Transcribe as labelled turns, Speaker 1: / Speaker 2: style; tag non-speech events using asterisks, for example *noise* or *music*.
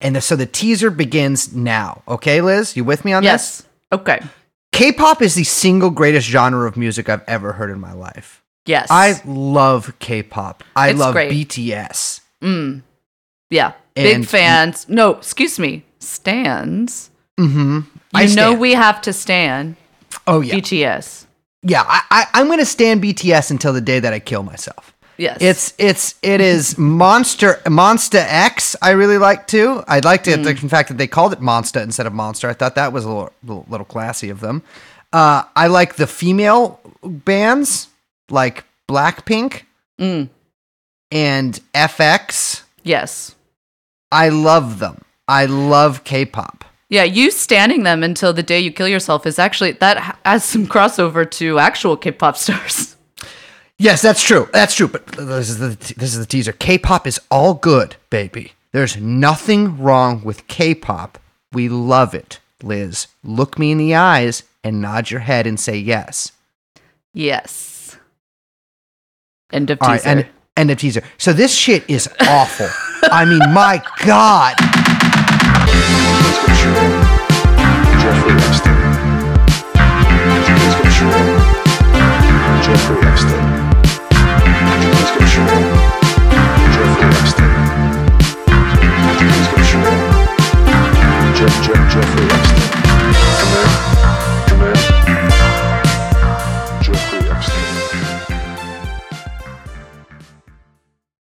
Speaker 1: And the, so the teaser begins now. Okay, Liz, you with me on this?
Speaker 2: Yes. Okay.
Speaker 1: K-pop is the single greatest genre of music I've ever heard in my life.
Speaker 2: Yes.
Speaker 1: I love K-pop. I
Speaker 2: It's
Speaker 1: love
Speaker 2: great.
Speaker 1: BTS.
Speaker 2: Mm. Yeah.
Speaker 1: And-
Speaker 2: Big fans. No, excuse me. Stands.
Speaker 1: Mm-hmm.
Speaker 2: You
Speaker 1: I
Speaker 2: know
Speaker 1: stand.
Speaker 2: we have to stand
Speaker 1: Oh yeah,
Speaker 2: BTS.
Speaker 1: yeah. I, I, I'm gonna stand BTS until the day that I kill myself.
Speaker 2: Yes.
Speaker 1: It's it's it is Monster Monster X. I really like too. I liked it. The fact that they called it Monster instead of Monster, I thought that was a little, little, little classy of them. Uh, I like the female bands like Blackpink
Speaker 2: Mm.
Speaker 1: and FX.
Speaker 2: yes.
Speaker 1: I love them. I love K-pop.
Speaker 2: Yeah, you standing them until the day you kill yourself is actually that ha- has some crossover to actual K-pop stars. *laughs*
Speaker 1: Yes, that's true. That's true. But this is the this is the teaser. K-pop is all good, baby. There's nothing wrong with K-pop. We love it, Liz. Look me in the eyes and nod your head and say yes.
Speaker 2: Yes. End of teaser.
Speaker 1: All right, and end of teaser. So this shit is awful. I mean, my God.
Speaker 3: Jeffrey Epstein. Jeffrey Epstein. Jeffrey Epstein. Jeff, Jeff, Jeffrey Epstein.